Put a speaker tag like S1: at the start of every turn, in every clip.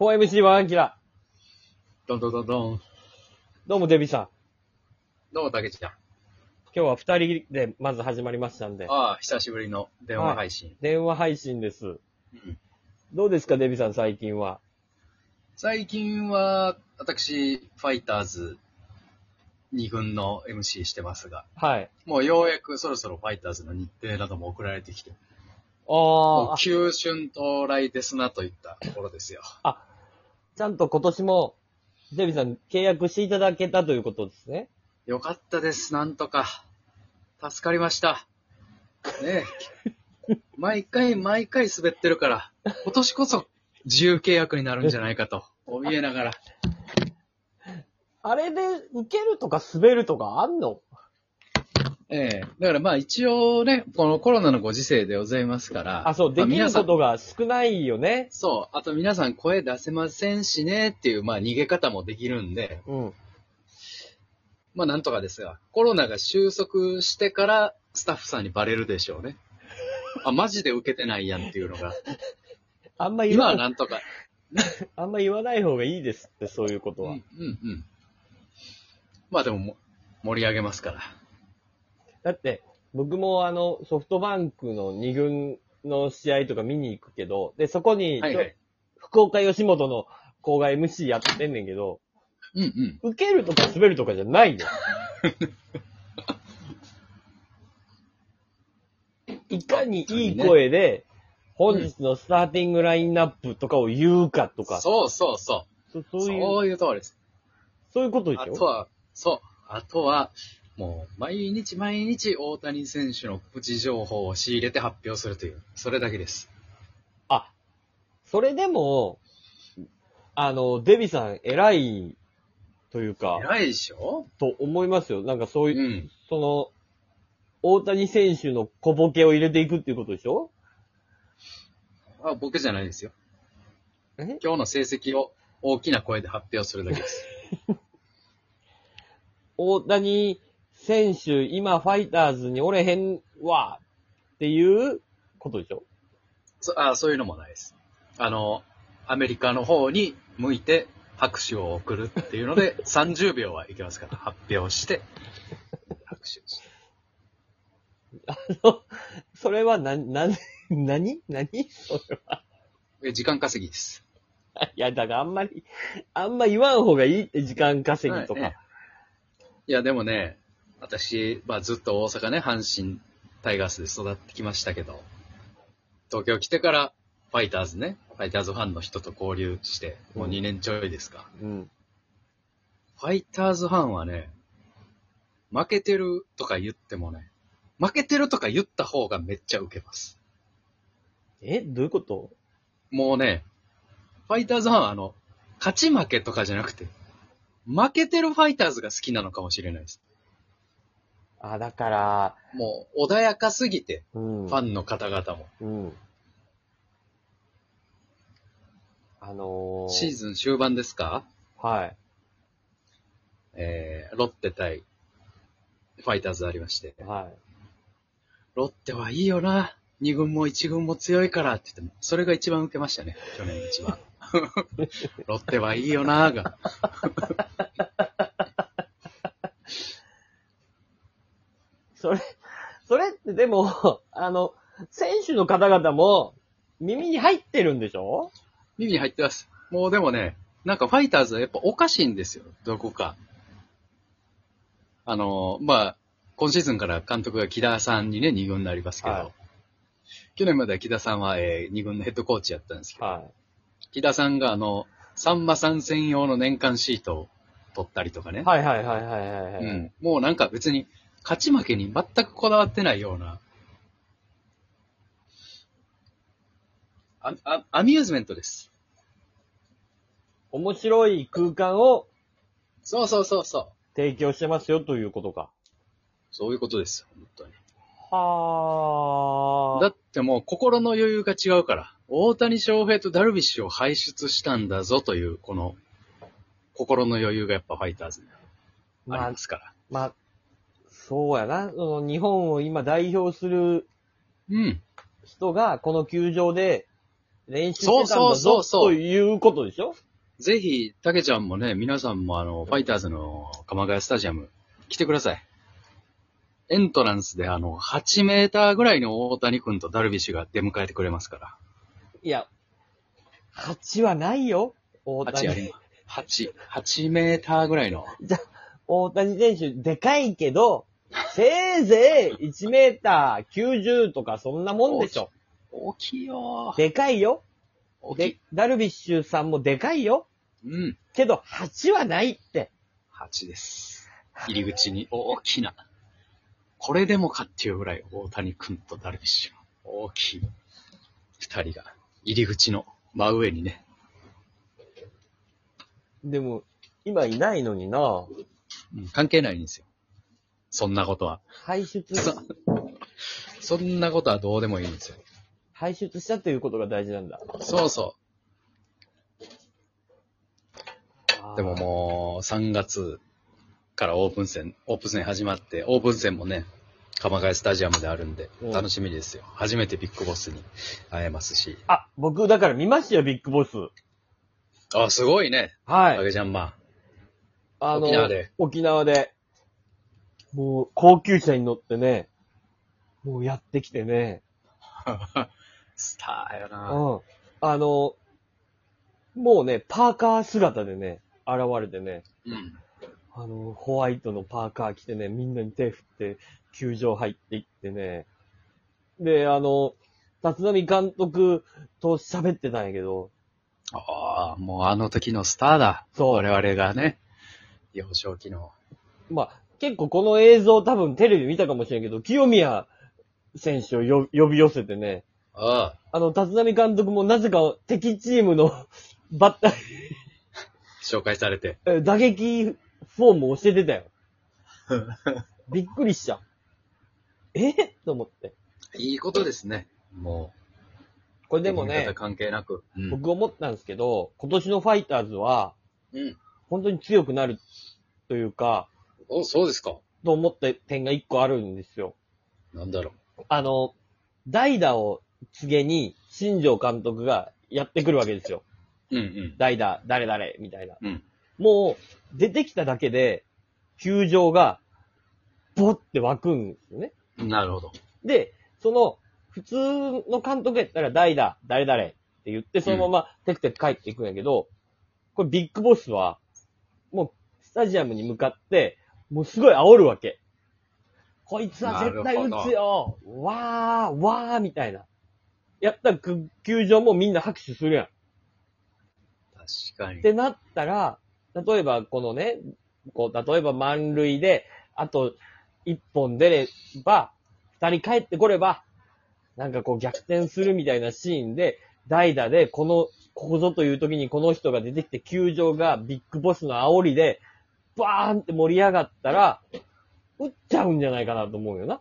S1: 4MC はアンキラ。
S2: どんどんどんどん。
S1: どうもデビさん。
S2: どうも、たけちゃん。
S1: 今日は二人でまず始まりましたんで。
S2: ああ、久しぶりの電話配信。
S1: 電話配信です。
S2: うん
S1: どうですかデビさん最近は。
S2: 最近は、私、ファイターズ2軍の MC してますが、
S1: はい。
S2: もうようやくそろそろファイターズの日程なども送られてきて、も
S1: あ
S2: う
S1: あ、
S2: 急春到来ですなといったところですよ。
S1: ちゃんと今年もデビさん契約していただけたということですね。
S2: よかったです、なんとか。助かりました。ねえ。 毎回毎回滑ってるから、今年こそ自由契約になるんじゃないかと、怯えながら。
S1: あれで受けるとか滑るとかあんの
S2: ええ。だからまあ一応ね、このコロナのご時世でございますから。
S1: あ、そう、で
S2: まあ
S1: きる
S2: 皆さ
S1: こ
S2: ん
S1: とが少ないよね。
S2: そう。あと皆さん声出せませんしねっていう、まあ逃げ方もできるんで、
S1: うん。
S2: まあなんとかですが、コロナが収束してからスタッフさんにバレるでしょう ね。あ、マジで受けてないやんっていうのが。
S1: あんま言
S2: 今
S1: わ
S2: は
S1: ない、
S2: なんとか。
S1: あんま言わない方がいいですって、そういうこ
S2: う
S1: と
S2: ん、う
S1: は。
S2: ん、うん。まあでもも盛り上げますから。
S1: だって、僕もあの、ソフトバンクの2軍の試合とか見に行くけど、で、そこに、
S2: はいはい。
S1: 福岡吉本の子が MC やってんねんけど、
S2: うんうん。
S1: 受けるとか滑るとかじゃない の。いかにいい声で、本日のスターティングラインナップとかを言うかとか、そ
S2: そうそうそうう。
S1: そういう、
S2: そういうところです。
S1: そういうことで
S2: あ
S1: し
S2: と
S1: ょ
S2: は、そう。あとは、もう、毎日毎日大谷選手のプチ情報を仕入れて発表するという、それだけです。
S1: あ、それでも、あの、デビさん偉いというか、
S2: 偉いでしょ
S1: と思いますよ。なんかそう
S2: う
S1: いう、
S2: ん。
S1: その、大谷選手の小ボケを入れていくっていうことでしょ
S2: あ、僕じゃないですよ。
S1: え
S2: 今日の成績を大きな声で発表するだけです。
S1: 大谷選手、今ファイターズにおれへんわ、っていうことでしょ
S2: そあそういうのもないです。あの、アメリカの方に向いて拍手を送るっていう ので、30秒はいけますから、発表して、拍手して。
S1: それはな、な、何何それは。
S2: え時間稼ぎです。
S1: いや、だからあんまり、あんま言わん方がいいって時間稼ぎとか。
S2: はいいや、でもね、私、まあずっと大阪ね、阪神タイガースで育ってきましたけど、東京来てから、ファイターズね、ファイターズファンの人と交流して、もう2年ちょいですか。
S1: うん。
S2: ファイターズファンはね、負けてるとか言ってもね、負けてるとか言った方がめっちゃウケます。
S1: えどういうこと
S2: もうね、ファイターズファンはあの、勝ち負けとかじゃなくて、負けてるファイターズが好きなのかもしれないです。
S1: あ、だから、
S2: もう穏やかすぎて、
S1: うん。
S2: ファンの方々も。
S1: うん。あのー、
S2: シーズン終盤ですか
S1: はい。
S2: えー、ロッテ対ファイターズありまして。
S1: はい。
S2: ロッテはいいよな。二軍も一軍も強いからって言っても、それが一番受けましたね。去年 一番。ロッテはいいよなーが。
S1: それ、それってでも、 あの、選手の方々も耳に入ってるんでしょ
S2: 耳に入ってます。もうでもね、なんかファイターズはやっぱおかしいんですよ。どこか。あのー、まあ、今シーズンから監督が木田さんにね、二軍になりますけど、
S1: はい
S2: 去年までは木田さんは、えー、二軍のヘッドコーチやったんですけど
S1: はい。
S2: 木田さんがあの、さんまさん専用の年間シートを取ったりとかね。
S1: はいはいはいはいはい、はい
S2: うん。もうなんか別に、勝ち負けに全くこだわってないような。あ、あ、アミューズメントです。
S1: 面白い空間を
S2: そうそうそうそう。
S1: 提供してますよということか。
S2: そういうことですよ、本当に。
S1: は
S2: だってもう心の余裕が違うから、大谷翔平とダルビッシュを輩出したんだぞという、この、心の余裕がやっぱファイターズにあり
S1: まあ
S2: ま、すから。
S1: まあ、そうやな。その日本を今代表する
S2: うん。
S1: 人がこの球場で練習してたんだ
S2: そうそうそう
S1: ぞ
S2: そう
S1: ということでしょ
S2: ぜひ、たけちゃんもね、皆さんもあの、ファイターズの鎌ヶ谷スタジアム、来てください。エントランスであの、8メーターぐらいの大谷くんとダルビッシュが出迎えてくれますから。
S1: いや、8はないよ。大
S2: 8あり
S1: 谷。
S2: ます。8、8メーターぐらいの。
S1: 大谷選手、でかいけど、せいぜい1メーター90とかそんなもんでしょ。
S2: 大きいよー
S1: でかいよ。
S2: 大き
S1: で
S2: い。、
S1: ダルビッシュさんもでかいよ。
S2: うん。
S1: けど、8はないって。
S2: 8です。入り口に大きな。これでもかっていうぐらい大谷くんとダルビッシュの大きい二人が入り口の真上にね。
S1: でも、今いないのにな
S2: うん関係ないんですよ。そんなことは。
S1: 排出、
S2: そんなことはどうでもいいんですよ。
S1: 排出したということが大事なんだ。
S2: そうそう。でも
S1: う。
S2: もう3月からオープン戦、オープン戦始まって、オープン戦もね、鎌ヶ谷スタジアムであるんで
S1: う、ん
S2: 楽しみですよ。初めてビッグボスに会えますし。
S1: あ、僕、だから見ましたよ、ビッグボス。
S2: あ、すごいね。
S1: はい
S2: あ。げちゃんま。
S1: あ
S2: 沖縄で。
S1: 沖縄で。もう、高級車に乗ってね、もうやってきてね、
S2: スターや
S1: う
S2: な。
S1: ん。あの、もうね、パーカー姿でね、現れてね、
S2: うん。
S1: あの、ホワイトのパーカー着てね、みんなに手振って、球場入っていってね、で、あの、立浪監督と喋ってたんやけど、
S2: ああ、もうあの時のスターだ。
S1: そう
S2: 我々がね、幼少期の。
S1: まあ、結構この映像多分テレビ見たかもしれんけど、清宮選手をよ呼び寄せてね、
S2: ああ、
S1: あの、立浪監督もなぜか敵チームの バッター
S2: 紹介されて。
S1: え、打撃フォームを教えてた よ。びっくりしちゃう。えと思って。
S2: いいことですね。も
S1: こ
S2: う。
S1: れでも
S2: 読み
S1: ね
S2: 方、関係なく。うん。
S1: 僕思ったんですけど、今年のファイターズは、
S2: うん。
S1: 本当に強くなるというか、
S2: お、そうですか。
S1: と思った点が一個あるんですよ。
S2: なんだろ
S1: あの、代打を告げに、新庄監督がやってくるわけですよ。
S2: う。うんうん。
S1: 代打、誰誰、みたいな。
S2: うん
S1: もう、出てきただけで、球場が、ぼって湧くんですよね。
S2: なるほど。
S1: で、その、普通の監督やったら代打、誰々って言って、そのままテクテク帰っていくんやけど、これビッグボスは、もう、スタジアムに向かって、もうすごい煽るわけ。こいつは絶対打つよわーわーみたいな。やったら、く球場もみんな拍手するやん。
S2: 確かに
S1: っ。てなったら、例えばこのね、こう、例えば満塁で、あと一本出れば、二人帰ってこれば、なんかこう逆転するみたいなシーンで、代打で、この、ここぞという時にこの人が出てきて、球場がビッグボスの煽りで、バーンって盛り上がったら、打っちゃうんじゃないかなと思うよな。っ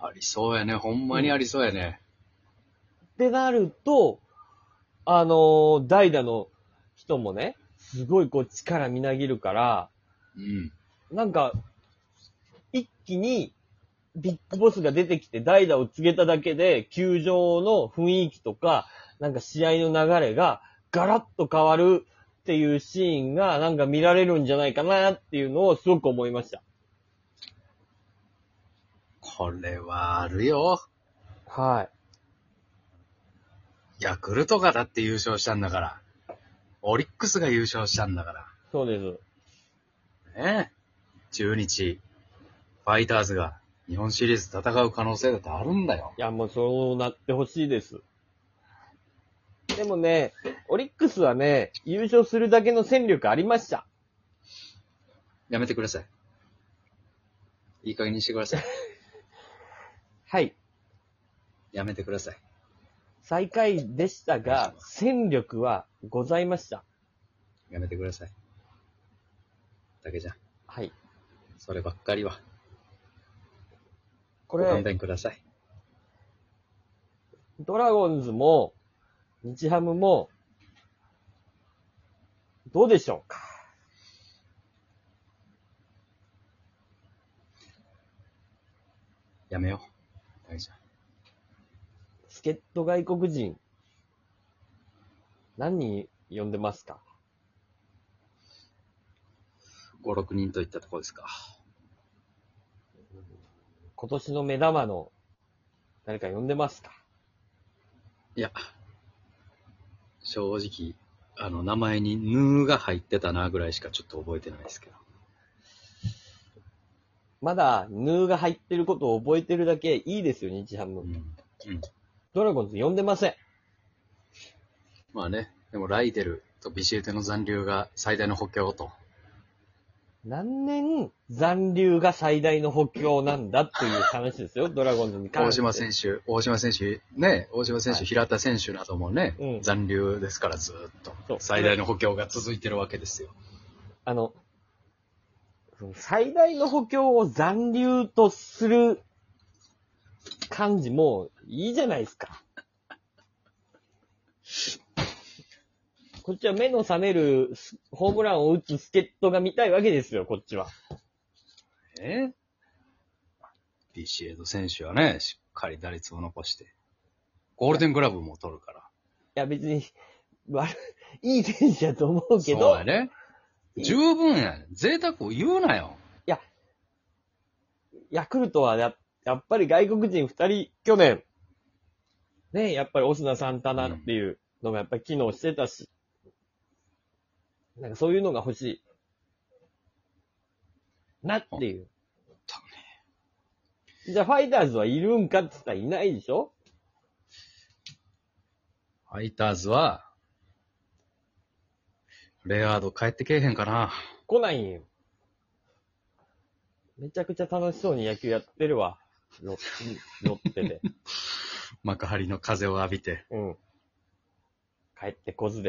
S2: ありそうやね。ほんまにありそうやね。
S1: てなると、あのー代打の人もね、すごいこう力みなぎるから、
S2: うん。
S1: なんか、一気に、ビッグボスが出てきて代打を告げただけで、球場の雰囲気とか、なんか試合の流れがガラッと変わるっていうシーンがなんか見られるんじゃないかなっていうのをすごく思いました。
S2: これはあるよ。
S1: はい。
S2: ヤクルトがだって優勝したんだから。オリックスが優勝したんだか
S1: そうです。
S2: ら。ねえ。中日、ファイターズが日本シリーズ戦う可能性だってあるんだよ。
S1: いや、もうそうなってほしいです。でもね、オリックスはね、優勝するだけの戦力ありました。
S2: やめてください。いい加減にしてください。
S1: はい。
S2: やめてください。
S1: 最下位でしたが、戦力はございました。
S2: やめてください。だけじゃん。
S1: はい。
S2: そればっかりは。
S1: こ
S2: ご勘
S1: れ、
S2: 弁ください。
S1: ドラゴンズも、日ハムも、どうでしょうか
S2: やめよう。だけじゃん。
S1: 助っ人外国人、何人呼んでますか
S2: 5、6人といったところですか。
S1: 今年の目玉の誰か呼んでますか
S2: いや、正直、あの、名前にヌーが入ってたなぐらいしかちょっと覚えてないですけど。
S1: まだ、ヌーが入ってることを覚えてるだけいいですよ、日ハム
S2: う。ん。うん。
S1: ドラゴンズ呼んでません。
S2: まあね、でもライデルとビシエテの残留が最大の補強と。
S1: 何年残留が最大の補強なんだっていう話ですよ、ドラゴンズに関
S2: 大
S1: して。
S2: 島選手、大島選手、ね、大島選手、
S1: はい
S2: 平田選手などもね、
S1: うん
S2: 残留ですからずーっ
S1: そう
S2: と。最大の補強が続いてるわけですよ。
S1: あの、その最大の補強を残留とする感じもういいじゃないですか。こっちは目の覚めるスホームランを打つ助っ人が見たいわけですよ、こっちは。
S2: えビシエド選手はね、しっかり打率を残して、ゴールデングラブも取るから。
S1: いや別に、悪い、いい選手だと思うけ
S2: そう
S1: ど
S2: や、ね。十分やね。贅沢を言うなよ。
S1: ヤクルトはややっぱり外国人二人、去年、ね、やっぱりオスナ・サンタナっていうのがやっぱり機能してたし、なんかそういうのが欲しい。なっていう。
S2: たね
S1: じゃあファイターズはいるんかって言ったらいないでしょ
S2: ファイターズは、レアード帰ってけえへんかな。
S1: 来ないんよ。めちゃくちゃ楽しそうに野球やってるわ。ロロッテで。
S2: 幕張の風を浴びて。
S1: うん。帰ってこずです。